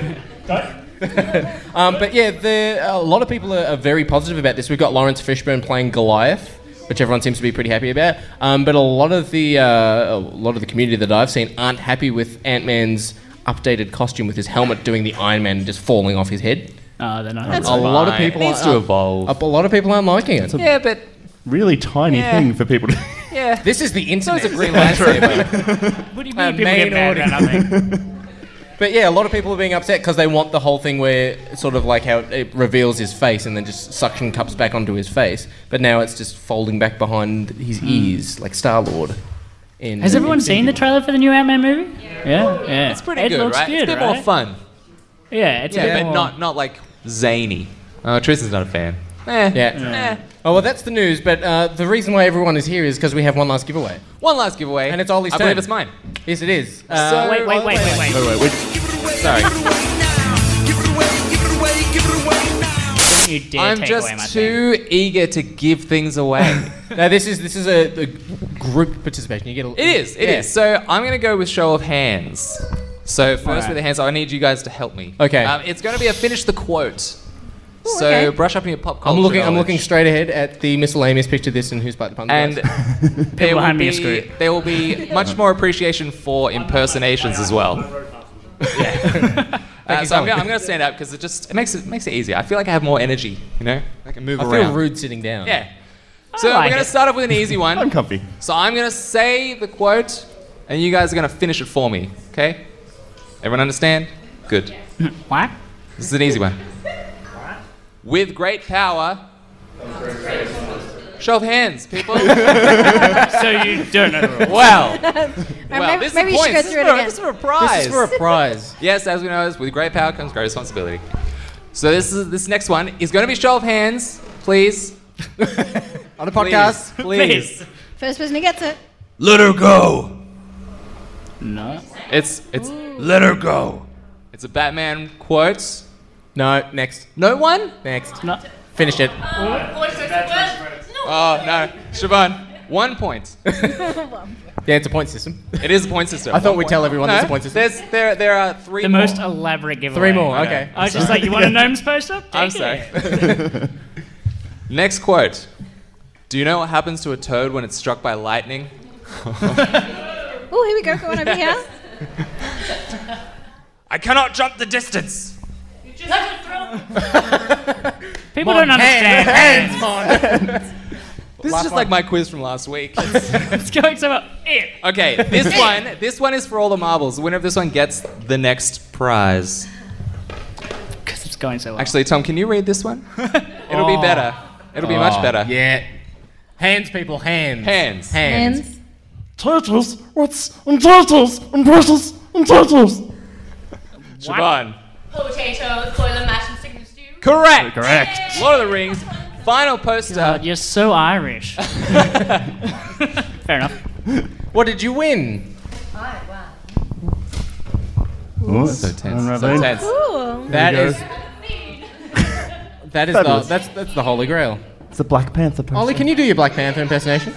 um, but yeah, the, a lot of people are, are very positive about this. We've got Lawrence Fishburne playing Goliath, which everyone seems to be pretty happy about. Um, but a lot of the uh, a lot of the community that I've seen aren't happy with Ant Man's updated costume with his helmet doing the Iron Man and just falling off his head.
Oh, they're not.
a lot of
fine.
people
It needs
are-
to evolve.
A, a lot of people aren't liking it.
Yeah, but
Really tiny
Yeah.
thing for people to.
yeah.
This is the
So
internet.
it's a green lightsaber.
what do you
uh,
mean people
main
get mad about nothing?
But yeah, a lot of people are being upset because they want the whole thing where sort of like how it, it reveals his face and then just suction cups back onto his face. But now it's just folding back behind his
Hmm.
ears, like Star Lord.
Has everyone seen the trailer for the new Ant Man movie? Yeah, yeah. It's
Pretty
it
good,
looks
right?
Good,
it's a bit
right?
more fun.
Yeah, it's a
Yeah,
bit
but
more.
not not like zany. Uh, Tristan's not a fan. Eh.
Yeah.
Eh.
Oh well, that's the news. But uh, the reason why everyone is here is because we have one last giveaway.
One last giveaway.
And it's Ollie's
I
turn.
believe it's mine.
Yes, it is. Uh,
So-
Wait, wait, wait, wait, wait.
Sorry.
Don't you dare
I'm
take
just
away my thing.
too eager to give things away.
now this is this is a, a group participation. You get a,
it is. It is.
Yeah.
So I'm gonna go with show of hands. So first
Alright.
with the hands, I need you guys to help me.
Okay.
Um, it's gonna be a finish the quote.
Ooh,
so
okay.
brush up on your pop culture.
I'm looking. I'm
knowledge.
looking straight ahead at the miscellaneous picture. This and who's part the pun.
And
guys.
there will,
behind me are
be,
screwed.
there will be much more appreciation for impersonations as well. Yeah. Uh, so I'm
Simon.
gonna, I'm gonna stand up because it just it makes it makes it easier. I feel like I have more energy, you know. I can move
I
around.
feel rude sitting down.
Yeah. So
like
we're gonna
it.
start off with an easy
I'm
one.
comfy.
So I'm gonna say the quote, and you guys are gonna finish it for me. Okay? Everyone understand? Good.
What?
This is an easy one. With great power. Show of hands, people.
So you don't know. the rules.
Wow.
Alright,
Wow,
maybe
this
maybe
is
you should go
points.
through it
This is for-
again.
This is for a prize.
This is for a prize.
Yes, as we know, with great power comes great responsibility. So this is this next one is going to be show of hands, please.
On a podcast.
please. please.
First person who gets it.
Let her go.
No.
It's it's
Let her go.
it's a Batman quote.
No, next,
No one.
next.
No.
Finish it.
Oh no, Siobhan. One point.
Yeah, it's a point system.
It is a point system.
I thought
One
we'd
point.
tell everyone
No,
there's a point system.
There's, there, there are three.
The
more.
most elaborate giveaway.
Three more. Okay.
I was just like, you want a gnome's poster? Take
I'm
it.
sorry. Next quote. Do you know what happens to a toad when it's struck by lightning?
Oh, here we go. Go on over here.
I cannot jump the distance.
People don't understand.
Hands, hands, on.
This is just like my quiz from last week.
It's going so well. Eh.
okay, this one, this one is for all the marbles. The winner of this one gets the next prize.
'Cause it's going so well.
Actually, Tom, can you read this one? It'll be better. It'll be much better.
yeah. Hands, people, hands.
Hands.
Hands.
Hands.
Turtles, what's and turtles and bristles and turtles.
Siobhan.
Potatoes, boiler mash, and chicken stew.
Correct.
Correct.
Lord of the Rings. Final poster.
God, Uh, you're so Irish. Fair enough.
What did you win?
So tense. So tense.
Ooh.
That
you go.
is. That is the,
Fabulous.
that's, that's the holy grail.
It's the Black Panther person.
Ollie, can you do your Black Panther impersonation?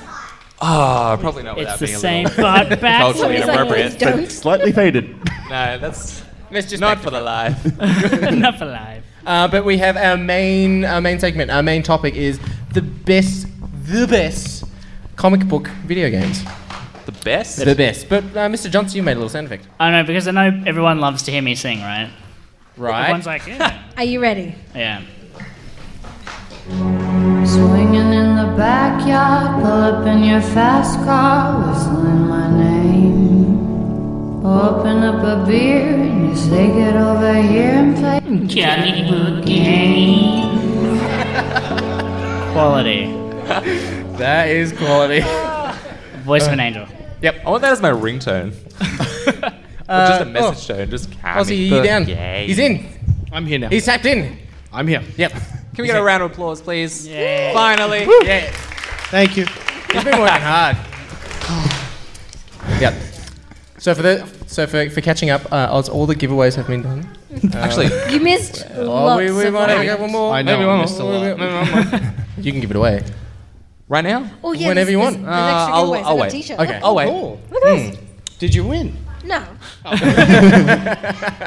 Oh, probably not
It's
without
the
being
same
a little...
but back.
Culturally
He's like,
inappropriate.
"Please don't.
Slightly faded.
No, that's
Let's just
not for the live.
Enough alive.
Uh, but we have our main our main segment. Our main topic is the best the best comic book video games.
The best?
The best. But uh, Mr. Johnson, you made a little sound effect,
I know because I know everyone loves to hear me sing, right?
right?
Everyone's like, yeah.
Are you ready?
yeah.
Swinging in the backyard, pull up in your fast car, whistling my name. Open up a beer and you say, Get over here and play.
Johnny Bookane. Quality.
That is quality.
Voice
Uh,
of an angel.
I want that as my ringtone. or just a message tone. Just
Ozzy, you down? He's in.
I'm here now.
He's tapped in.
I'm here.
Yep.
Can we get a round of applause, please?
Yay.
Finally.
Yeah.
Thank you.
He's been working hard. yep. So for the so for, for catching up, uh, Oz, all the giveaways have been done.
Actually,
You missed
Oh,
lots
we, we
of
might have to
them.
get one more.
I know,
Maybe
I
one more.
missed a lot.
Maybe one more. you can give it away.
right now?
Oh, yeah,
Whenever you
there's- there's-
want.
There's,
Uh,
extra
I'll-
giveaways
I'll
and a
wait.
t-shirt.
Okay. Hmm.
Oh, wait.
Cool.
Look at this.
Did you win?
No,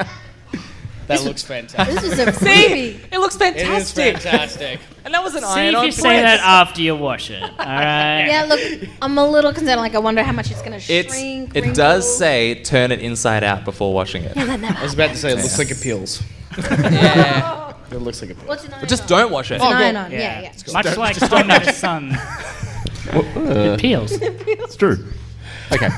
That looks fantastic.
this is a freebie.
It looks fantastic.
fantastic.
and that was an
See
iron
if
on
you say that uh, after you wash it. All right.
Yeah, look, I'm a little concerned. Like, I wonder how much it's going to shrink.
It's,
wrinkle.
it does say turn it inside out before washing it.
I was about to say it looks like it peels.
yeah.
It looks like it peels.
What's it
But just don't wash it.
Oh, no, no, yeah, yeah.
Much like Tom the Sun. It peels.
It's true.
Okay.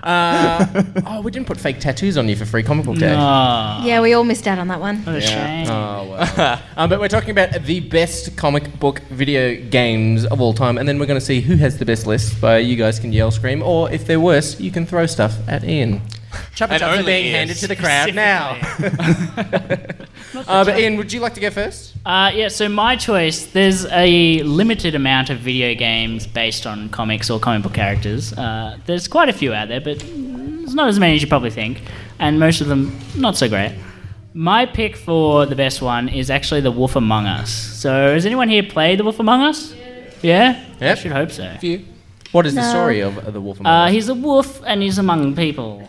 Uh, oh, we didn't put fake tattoos on you for free comic book day.
Oh,
Yeah, we all missed out on that one.
what a shame.
Uh,
Um, but we're talking about the best comic book video games of all time, and then we're going to see who has the best list. By you guys can yell, scream, or if they're worse, you can throw stuff at Ian. Chubba chubs
And
are
only
being
Ian.
handed to the crowd now. uh, but Ian, would you like to go first?
Uh, yeah, so my choice. There's a limited amount of video games based on comics or comic book characters. Uh, there's quite a few out there, but there's not as many as you probably think, and most of them not so great. My pick for the best one is actually The Wolf Among Us. So, has anyone here played The Wolf Among Us? Yeah, I
Yep.
should hope so.
What is the
No.
story of uh, the Wolf Among
Uh,
Us?
he's a wolf and he's among people.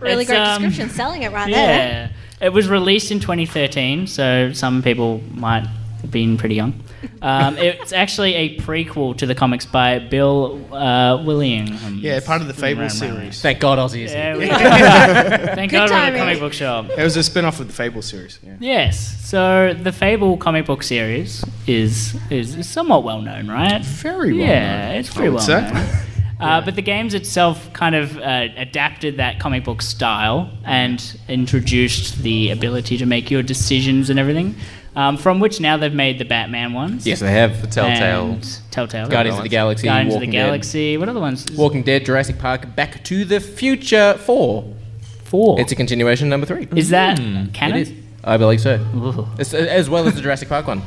Really
It's,
great
um,
description, selling it right there.
Yeah. It was released in 2013, so some people might have been pretty young. Um, it's actually a prequel to the comics by Bill uh, Willingham.
Yeah, part of the Fable
Round, round,
series.
Thank God Ozzy is
There
here.
we go. Thank
Good
God we're at a
timing.
comic book shop.
It was a spin off of the Fable series. Yeah.
Yes. So the Fable comic book series is is somewhat well known, right?
Very well
Yeah, it's pretty
would
well
say.
known. Uh, but the games itself kind of uh, adapted that comic book style and introduced the ability to make your decisions and everything. Um, from which now they've made the Batman ones.
Yes, they have. The
Telltale.
And Telltale.
Guardians of the Galaxy,
Guardians of the
Walking Dead.
Galaxy. What other ones?
Walking Dead, Jurassic Park, Back to the Future 4.
Four.
It's a continuation, number three.
is that canon?
It is. I believe so.
Ooh.
It's, as well as the Jurassic Park one.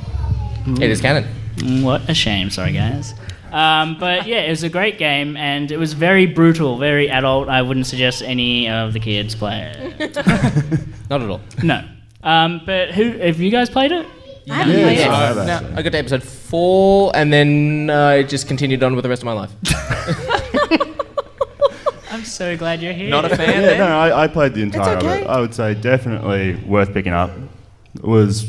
It is canon.
Mm, What a shame. Sorry, guys. Um, but yeah, it was a great game, and it was very brutal, very adult. I wouldn't suggest any of the kids play it.
Not at all.
No. Um, but who have you guys played it?
I haven't played it.
I have
No,
actually.
I got to episode four, and then uh, I just continued on with the rest of my life.
I'm so glad you're here.
Not a fan
Yeah,
then?
no, I, I played the entire of
okay.
it. I would say definitely worth picking up. It was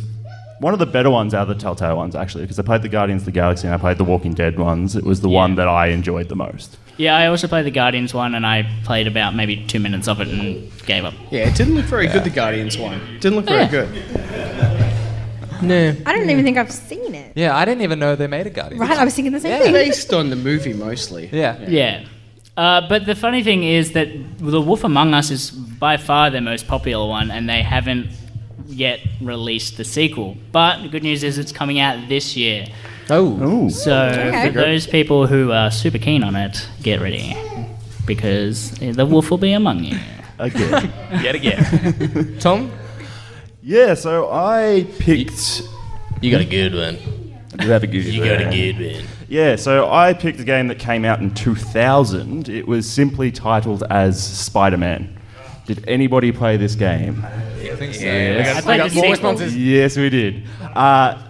one of the better ones out of the Telltale ones, actually, because I played the Guardians of the Galaxy and I played the Walking Dead ones. It was the one that I enjoyed the most.
Yeah, I also played the Guardians one, and I played about maybe two minutes of it and gave up.
Yeah, it didn't look very good, the Guardians one. Didn't look very good.
No.
I don't even think I've seen it.
Yeah, I didn't even know they made a Guardian.
Right, I was thinking the same thing.
Based on the movie mostly.
Yeah.
Yeah. Uh, but the funny thing is that The Wolf Among Us is by far their most popular one, and they haven't yet released the sequel. But the good news is it's coming out this year.
Oh.
So
Okay.
for those people who are super keen on it, get ready. Because the wolf will be among you.
Again.
Yet again. Tom,
yeah, so I picked.
You got a good one.
You have a good
You got a good one.
Yeah, so I picked a game that came out in 2000. It was simply titled as Spider Man. Did anybody play this game?
I think so.
I played the sequel.
Yes, we did. Uh,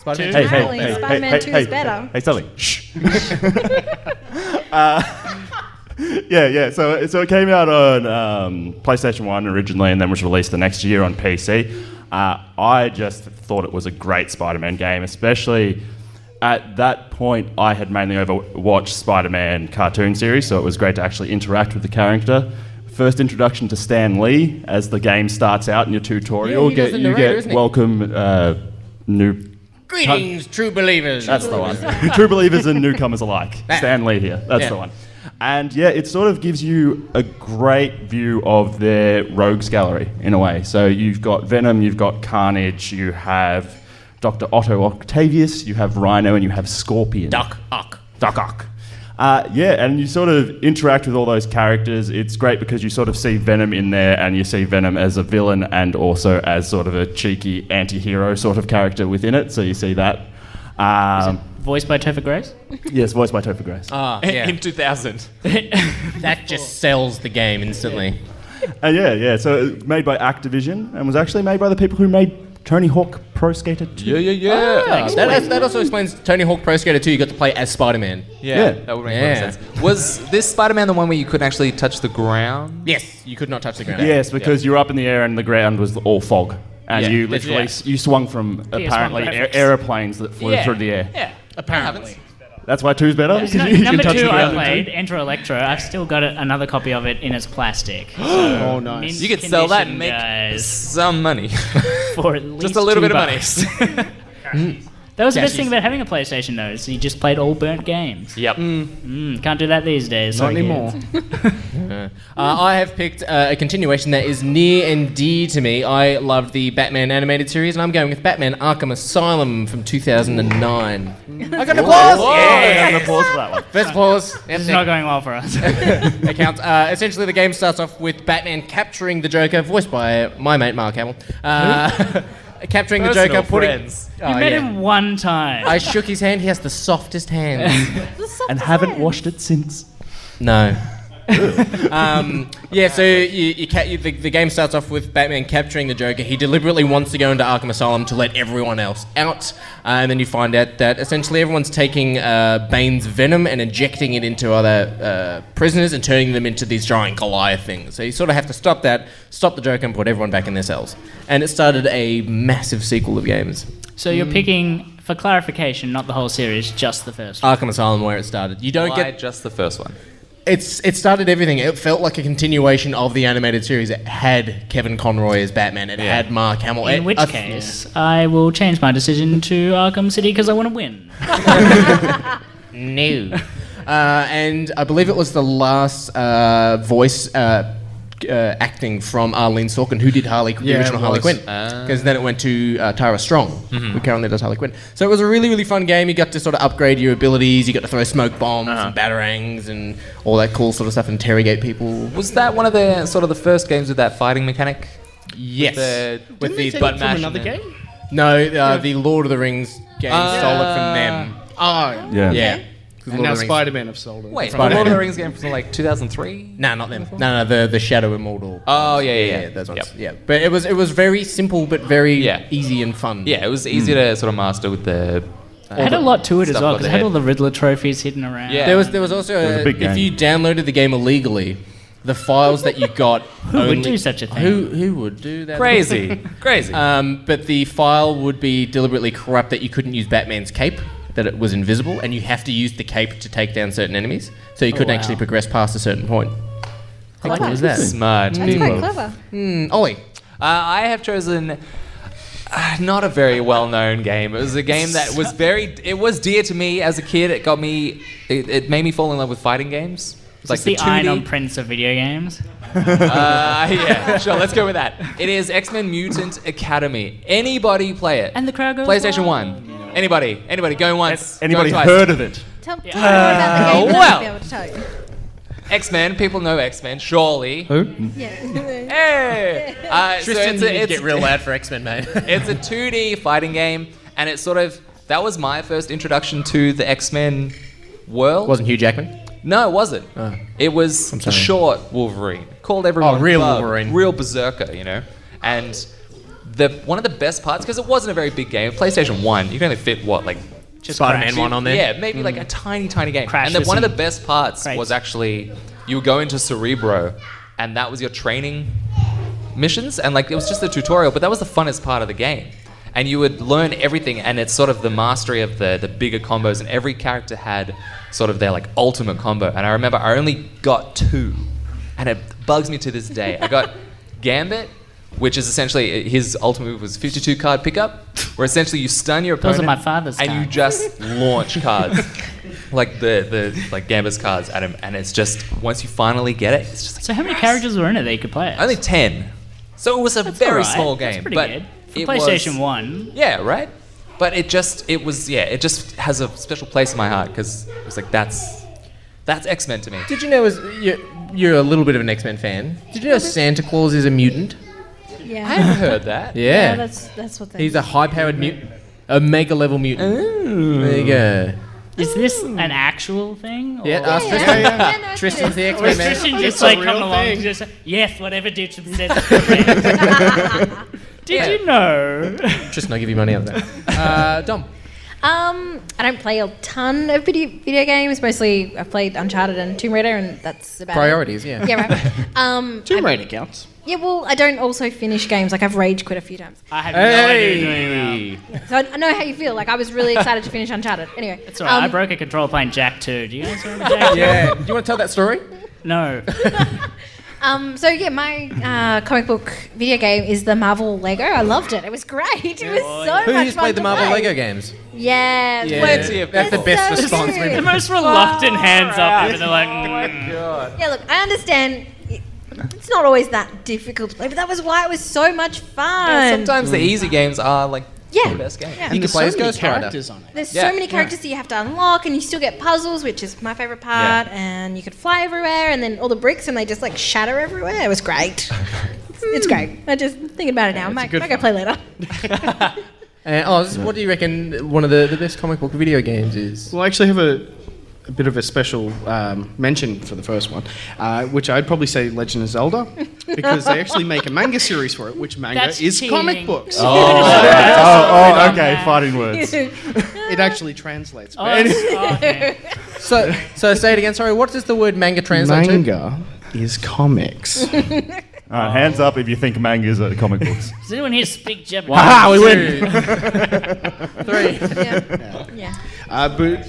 Spider-Man
hey, hey,
Apparently,
hey,
Spider-Man
hey,
2
hey,
is better.
Hey, hey Sully. Shh. Uh, yeah, yeah. So, so it came out on um, PlayStation One originally, and then was released the next year on PC. Uh, I just thought it was a great Spider-Man game, especially at that point. I had mainly overwatched Spider-Man cartoon series, so it was great to actually interact with the character. First introduction to Stan Lee as the game starts out in your tutorial.
Yeah, he does
get
the
you
narrator,
get
isn't he?
welcome uh, new
Greetings, true believers.
that's the one. True believers and newcomers alike.
That.
Stan Lee here. That's
Yeah.
the one. And yeah, it sort of gives you a great view of their rogues gallery in a way. So you've got Venom, you've got Carnage, you have Dr. Otto Octavius, you have Rhino, and you have Scorpion.
Duck, uck.
Doc Ock. Uh, yeah, and you sort of interact with all those characters. It's great because you sort of see Venom in there, and you see Venom as a villain and also as sort of a cheeky anti hero sort of character within it. So you see that. Um,
Voiced by Topher Grace?
yes, voiced by Topher Grace.
Ah, yeah.
in 2000.
that just sells the game instantly.
Uh, yeah, yeah. So it was made by Activision and was actually made by the people who made Tony Hawk Pro Skater 2.
Yeah, yeah, yeah.
Ah, that, has- that also explains Tony Hawk Pro Skater 2. You got to play as Spider-Man.
yeah,
Yeah.
that would make
Yeah.
more sense. Was this Spider-Man the one where you couldn't actually touch the ground?
Yes, you could not touch the ground.
Yes, because you're up in the air and the ground was all fog. And
Yeah.
you literally
Yeah.
s- you swung from apparently
graphics.
a- aeroplanes that flew through the air.
Yeah.
apparently.
That's why two's better. 'cause
No,
you- you
number
can touch
two
the
I
ground.
played, Enter Electro. I've still got a, another copy of it in its plastic.
Oh, nice.
You could sell that and make
guys,
some money.
for at least
Just a little
two
bit of money.
bucks. That was the best
Dashies.
thing about having a PlayStation, though, is you just played all burnt games.
yep.
Mm, can't do that these days.
Not
sorry,
anymore.
kids.
Uh, I have picked uh, a continuation that is near and dear to me. I loved the Batman animated series, and I'm going with Batman Arkham Asylum from 2009. I got an applause!
Whoa.
Yeah!
And applause for that one.
First applause.
It's not going well for us.
account. Uh, essentially, the game starts off with Batman capturing the Joker, voiced by my mate Mark Hamill. Uh, capturing the
Personal
Joker, putting.
friends.
Oh,
Met
yeah.
him one time.
I shook his hand. He has the softest hands.
And haven't washed it since.
No. um, yeah, so you, you, ca- you the, the game starts off with Batman capturing the Joker. He deliberately wants to go into Arkham Asylum to let everyone else out, uh, and then you find out that essentially everyone's taking uh, Bane's venom and injecting it into other uh, prisoners and turning them into these giant Goliath things. So you sort of have to stop that, stop the Joker, and put everyone back in their cells. And it started a massive sequel of games.
So
Hmm.
you're picking, for clarification, not the whole series, just the first one.
Arkham Asylum, where it started. You don't
Why
get
just the first one?
It's it started everything. It felt like a continuation of the animated series. It had Kevin Conroy as Batman. It had Mark
Oh,
Hamill.
In
eh,
It-
uh,
which
I th-
case, I will change my decision to Arkham City because I want to win.
no. Uh, and I believe it was the last uh, voice uh, uh, acting from Arlene Sorkin, who did Harley, the
Yeah,
original
it
Harley
was. Ah. Mm-hmm.
Quinn, because then it went to uh, Tara Strong, who currently does Harley Quinn. So it was a really really fun game. You got to sort of upgrade your abilities. You got to throw smoke bombs
Uh-huh.
and batarangs and all that cool sort of stuff. Interrogate people.
Was that one of the sort of the first games with that fighting mechanic?
Yes,
The-
with
Didn't they
the
take
butt
it
mash
from another
and then-
game?
No, uh, the Lord of the Rings game
Ah.
stole it from them.
Oh,
Yeah.
Yeah.
and now Spider Man have sold it.
Wait,
Spider-Man.
the Lord of the Rings game from like 2003?
No, not them. No, no, the the Shadow Immortal.
Oh, yeah, yeah, yeah.
those ones.
Yep.
Yeah, but it was it was very simple, but very
Yeah.
easy and fun.
Yeah, it was easy to sort of master with the.
It had a lot to it as
Stuff
well
on
because
the
it had
head.
all the Riddler trophies hidden around.
Yeah.
There was there was also
was a
a-
big
if
game.
you downloaded the game illegally, the files that you got.
Who would do such a thing?
Who who would do that?
Crazy. Crazy.
Um, but the file would be deliberately corrupt that you couldn't use Batman's cape, that it was invisible, and you have to use the cape to take down certain enemies. So you
Oh,
couldn't
wow.
actually progress past a certain point. How
Clever.
cool is that?
Smart That's people. quite
clever.
Hmm, Ollie.
Uh, I have chosen uh, not a very well-known game. It was a game that was very. It was dear to me as a kid. It got me. It, it made me fall in love with fighting games. It's
Like the,
2D
iron on prince of video games.
uh, yeah, sure. Let's go with that. It is X Men Mutant Academy. Anybody play it? And
the crowd goes
PlayStation One. Anybody? Anybody going once?
Anybody
going twice.
heard of it?
Tell, tell me more about
Oh,
the game.
Uh,
then I'll be
well.
able to tell you.
X Men. People know X Men. Surely.
Who?
Yeah.
Hey. Uh, so
Tristan,
it's a-
you need to
it's-
get real loud for X Men, mate.
it's a 2D fighting game, and it's sort of that was my first introduction to the X Men world.
Wasn't Hugh Jackman?
No, it wasn't.
Oh.
It was
I'm
the
sorry.
short Wolverine. Called everyone.
Oh, real
Bug,
Wolverine.
Real Berserker, you know? And the one of the best parts, because it wasn't a very big game, PlayStation 1, you can only fit, what, like.
Just
Spider-Man
crash.
one on there? Mm.
Yeah, maybe like a tiny, tiny game.
Crash
and then
with
one of
some
the best parts
crates.
was actually you would go into Cerebro, and that was your training missions and like it was just a tutorial but that was the funnest part of the game and you would learn everything and it's sort of the mastery of the the bigger combos and every character had sort of their like ultimate combo and i remember i only got two and it bugs me to this day i got gambit which is essentially his ultimate move was 52 card pickup where essentially you stun your
Those
opponent
are my father's
and you
cards.
just launch cards like the, the like gambit's cards at him and it's just once you finally get it it's just like
So how many characters were in it that you could play? It?
only 10. So it was a
That's
very
alright.
small game.
That's pretty
but
good. For
it
PlayStation
was-
One.
Yeah, right? But it just, it was, yeah, it just has a special place in my heart because it was like, that's, that's X Men to me.
Did you know as you're, you're a little bit of an X Men fan? Did you know Santa Claus is a mutant?
I
Yeah.
haven't heard that.
Yeah.
Yeah, that's that's what they.
He's a high powered mutant, a mega level mutant. There you go.
Is this an actual thing? Or
Yeah,
uh,
ask
Yeah,
Tristan.
yeah, yeah. No, it's
Tristan's the
good.
X Men
Was
man.
Tristan just
a
like
real
coming along
thing.
and just yes, whatever Dutchum says. is correct." Did you know?
Tristan, I'll give you money out of that. Uh, Dom.
Um, I don't play a ton of video video games. Mostly, I've played Uncharted and Tomb Raider, and that's about it.
Priorities, yeah.
Yeah, right. Um,
Tomb Raider counts.
yeah. Well, I don't also finish games. Like I've rage quit a few times,
I have no idea. Doing well.
Hey!
so I I know how you feel. Like I was really excited to finish Uncharted. Anyway,
It's alright. I
um,
broke a controller playing Jack 2. Do you guys remember Jack 2?
Yeah. Do you want to tell that story?
No.
Um, so yeah, my uh, comic book video game is the Marvel Lego. I loved it. It was great. It was so
Who
much
has
fun
played the
to
Marvel
play.
Lego games?
Yeah,
Plenty of
That's the
people.
best
So
response
true.
we've
the most reluctant hands up. And they're like, "Mm."
Yeah, look, I understand. it- It's not always that difficult to play, but that was why it was so much fun.
Sometimes the easy games are like
Yeah.
the best game.
Yeah.
You can
There's
play
so
as
many
Ghost Rider.
characters on it.
There's
Yeah.
so many characters that you have to unlock, and you still get puzzles, which is my favorite part. And you could fly everywhere, and then all the bricks, and they just like shatter everywhere. It was great. it's, it's great. I just thinking about it now. I might, might go play later.
And Oz, what do you reckon one of the, the best comic book video games is?
Well, I actually have a, a bit of a special um, mention for the first one, uh, which I'd probably say Legend of Zelda, because they actually make a manga series for it, which manga
That's
is
cheating.
comic books.
Oh, oh, okay, fighting words.
It actually translates.
Oh, it's- oh, okay.
So, so say it again. Sorry, what does the word manga translate to?
Oh. manga is comics.
All right, hands up if you think mangas are comic books.
Does anyone here speak Japanese?
Ah, we win. Three.
yeah. yeah.
Uh, but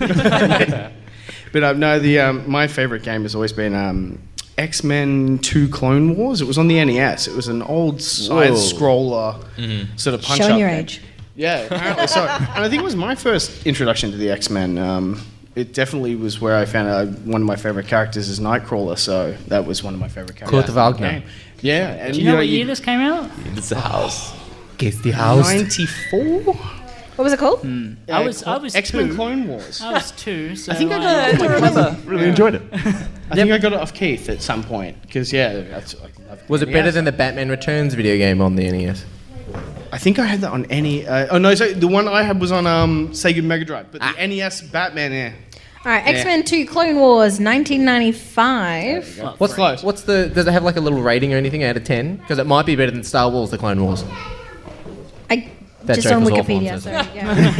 but uh, no, the um, my favorite game has always been um, X Men Two Clone Wars. It was on the NES. It was an old side scroller sort of punch
Showing
up.
your
game.
age.
Yeah, apparently so. And I think it was my first introduction to the X Men. Um, it definitely was where I found out one of my favorite characters is Nightcrawler. So that was one of my favorite characters.
Kurt Wagner.
in the game. Yeah, and
Do you know what year this came out?
It's a house.
Kiss the house.
Ninety four.
What was it called?
I was, I was
X Men
two.
Clone Wars.
I was two. So
I think I
uh,
got it. off my cousin.
Really enjoyed it.
I think I got it off Keith at some point because yeah, that's, I love
Was it
NES.
better than the Batman Returns video game on the E NES?
I think I had that on any. Uh, oh no, so the one I had was on um, Sega Mega Drive, but
Ah.
the E NES Batman. Yeah,
All right, X Men Two: Clone Wars, 1995.
What's
Close.
What's the? Does it have like a little rating or anything out of ten? Because it might be better than Star Wars: The Clone Wars.
I
That
Just
joke
on
was awful,
Wikipedia.
I'm
so,
so
yeah.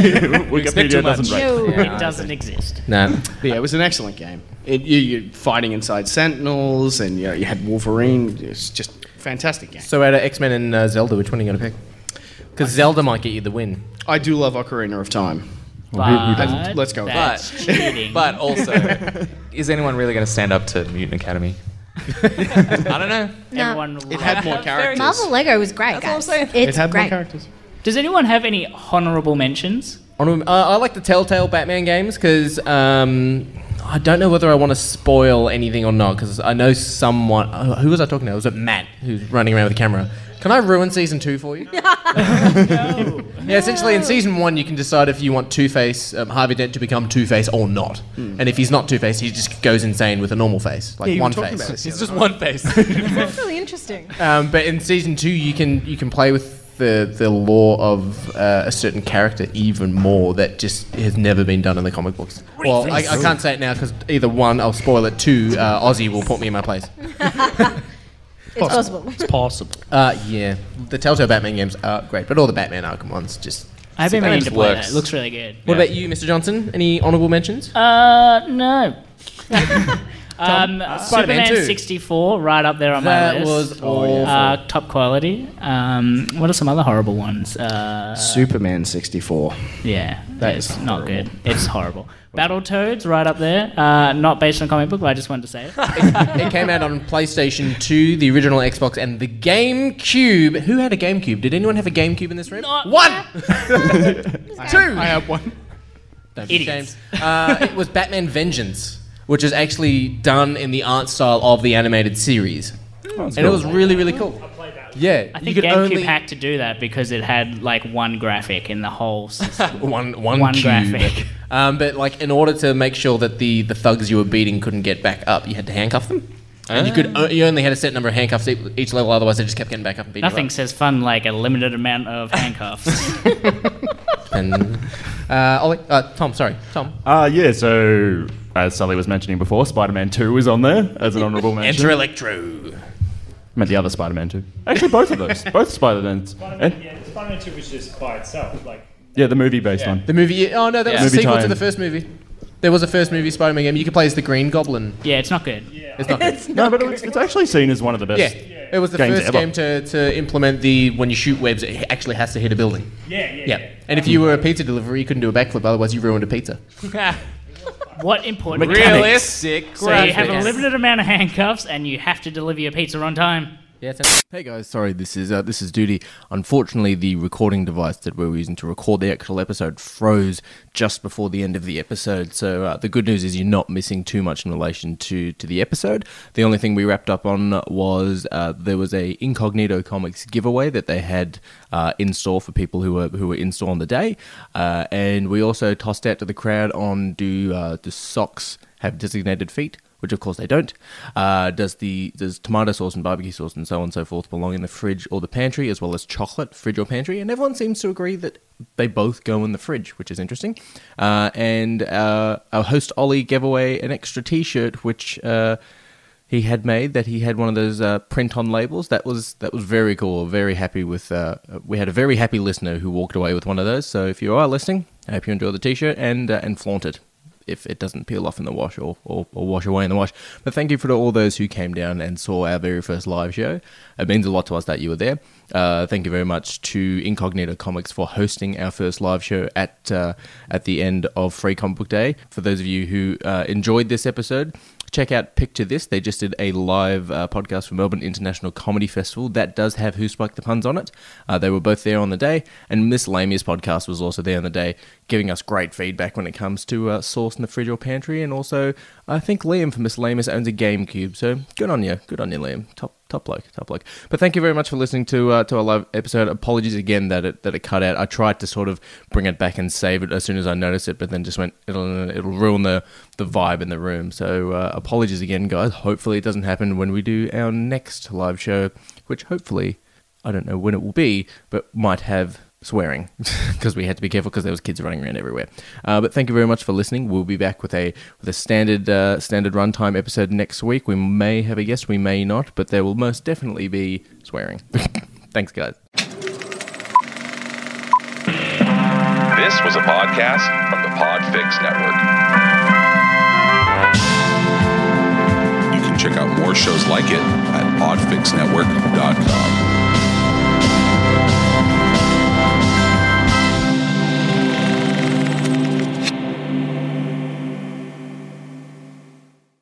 Wikipedia doesn't break.
No.
It doesn't exist.
No.
But yeah, it was an excellent game. It, you, you're fighting inside Sentinels, and you, know, you had Wolverine. It's just fantastic game.
So out of X Men and uh, Zelda, which one are you going to pick? Because Zelda might get you the win.
I do love Ocarina of Time.
Well, who- who doesn't?
And let's go. with
But,
that.
but also, is anyone really going to stand up to Mutant Academy? I don't know.
No.
Everyone
It had more characters.
Marvel Lego was great, guys. It's great.
characters.
Does anyone have any honourable mentions?
Honorable- Uh, I like the Telltale Batman games because um, I don't know whether I want to spoil anything or not because I know someone. Uh, who was I talking to? Was it Matt who's running around with the camera? Can I ruin season two for you? Yeah, essentially in season one, you can decide if you want Two Face, um, Harvey Dent to become Two Face or not. And if he's not Two Face, he just goes insane with a normal face, like
Yeah, you were
one
talking about
face.
this the
It's
other
just
night.
one face.
That's really interesting.
Um, but in season two, you can you can play with the the lore of uh, a certain character even more that just has never been done in the comic books. Well, I, I can't say it now because either one, I'll spoil it. Two, uh, Ozzy will put me in my place.
It's possible.
It's possible.
Uh, yeah, the Telltale Batman games are great, but all the Batman Arkham ones just.
I've been
That
meaning
just
to play
works.
that. It looks really good.
What about you, Mr. Johnson? Any honourable mentions?
Uh, no. um,
uh, Spider-Man
Superman
2.
64, right up there on
That
my list.
was awful.
Uh, top quality. Um, what are some other horrible ones? Uh,
Superman 64.
yeah, that is not good. It's horrible. Battletoads, right up there. Uh, not based on a comic book, but I just wanted to say it.
it came out on PlayStation 2, the original Xbox, and the GameCube. Who had a GameCube? Did anyone have a GameCube in this room?
Not-
One! Two!
I have one.
Don't be
Idiots.
ashamed. Uh, it was Batman Vengeance, which is actually done in the art style of the animated series. and it was really, really cool. Yeah,
I
you
think
could
GameCube
only
had to do that because it had like one graphic in the whole system.
one one,
one
cube.
graphic.
Um, but like, in order to make sure that the, the thugs you were beating couldn't get back up, you had to handcuff them, and you could o- you only had a set number of handcuffs e- each level. Otherwise, they just kept getting back up and beating
Nothing
you
says fun like a limited amount of handcuffs.
up. And uh, Ollie, uh, Tom, sorry, Tom,
Uh, yeah, so as Sully was mentioning before, Spider Man 2 is on there as an honorable mention.
enter Electro.
meant the other Spider Man 2. Actually, both of those. both Spider Mans.
Spider-Man, yeah, Spider-Man 2 was just by itself. Like,
Yeah, the movie based on.
The movie. Oh no, that
Yeah.
was a
Movie
sequel to
time.
the first movie. There was a first movie Spider-Man game. You could play as the Green Goblin.
yeah, it's not good.
It's not good.
No, but it's, it's actually seen as one of the best.
Yeah, it was the
Games
first
ever.
game to, to implement the when you shoot webs, it actually has to hit a building.
yeah, yeah,
Yeah, and if you were a pizza delivery, you couldn't do a backflip, otherwise you ruined a pizza.
What important
Realistic.
So you have a
graphics.
limited amount of handcuffs, and you have to deliver your pizza on time.
Yeah. Hey guys, sorry. This is uh, this is Duty. Unfortunately, the recording device that we were using to record the actual episode froze just before the end of the episode. So uh, the good news is you're not missing too much in relation to to the episode. The only thing we wrapped up on was uh, there was a Incognito Comics giveaway that they had uh, in store for people who were who were in store on the day, uh, and we also tossed out to the crowd on do uh, do socks have designated feet? which of course they don't. Uh, does the does tomato sauce and barbecue sauce and so on and so forth belong in the fridge or the pantry as well as chocolate, fridge or pantry? And everyone seems to agree that they both go in the fridge, which is interesting. Uh, and uh, our host Ollie gave away an extra T-shirt which. Uh, he had made that he had one of those uh, print on labels that was that was very cool very happy with uh, we had a very happy listener who walked away with one of those so if you are listening i hope you enjoy the t-shirt and uh, and flaunt it if it doesn't peel off in the wash or, or, or wash away in the wash but thank you for all those who came down and saw our very first live show it means a lot to us that you were there uh, thank you very much to incognito comics for hosting our first live show at uh, at the end of free comic book day for those of you who uh, enjoyed this episode check out Picture This. They just did a live uh, podcast for Melbourne International Comedy Festival that does have Who Spiked the Puns on it. Uh, they were both there on the day, and Miscellaneous Podcast was also there on the day, giving us great feedback when it comes to uh, Source in the Fridge or Pantry. And also, I think Liam from Miscellaneous owns a GameCube, so good on you. Good on you, Liam. Top. Top bloke, top bloke. But thank you very much for listening to uh, to our live episode. Apologies again that it that it cut out. I tried to sort of bring it back and save it as soon as I noticed it, but then just went it'll it'll ruin the the vibe in the room. So uh, apologies again, guys. Hopefully it doesn't happen when we do our next live show, which hopefully I don't know when it will be, but might have swearing because we had to be careful because there was kids running around everywhere. Uh, but thank you very much for listening. We'll be back with a with a standard uh, standard runtime episode next week. We may have a guest, we may not, but there will most definitely be swearing. Thanks, guys.
This was a podcast from the Podfix Network. You can check out more shows like it at podfixnetwork.com.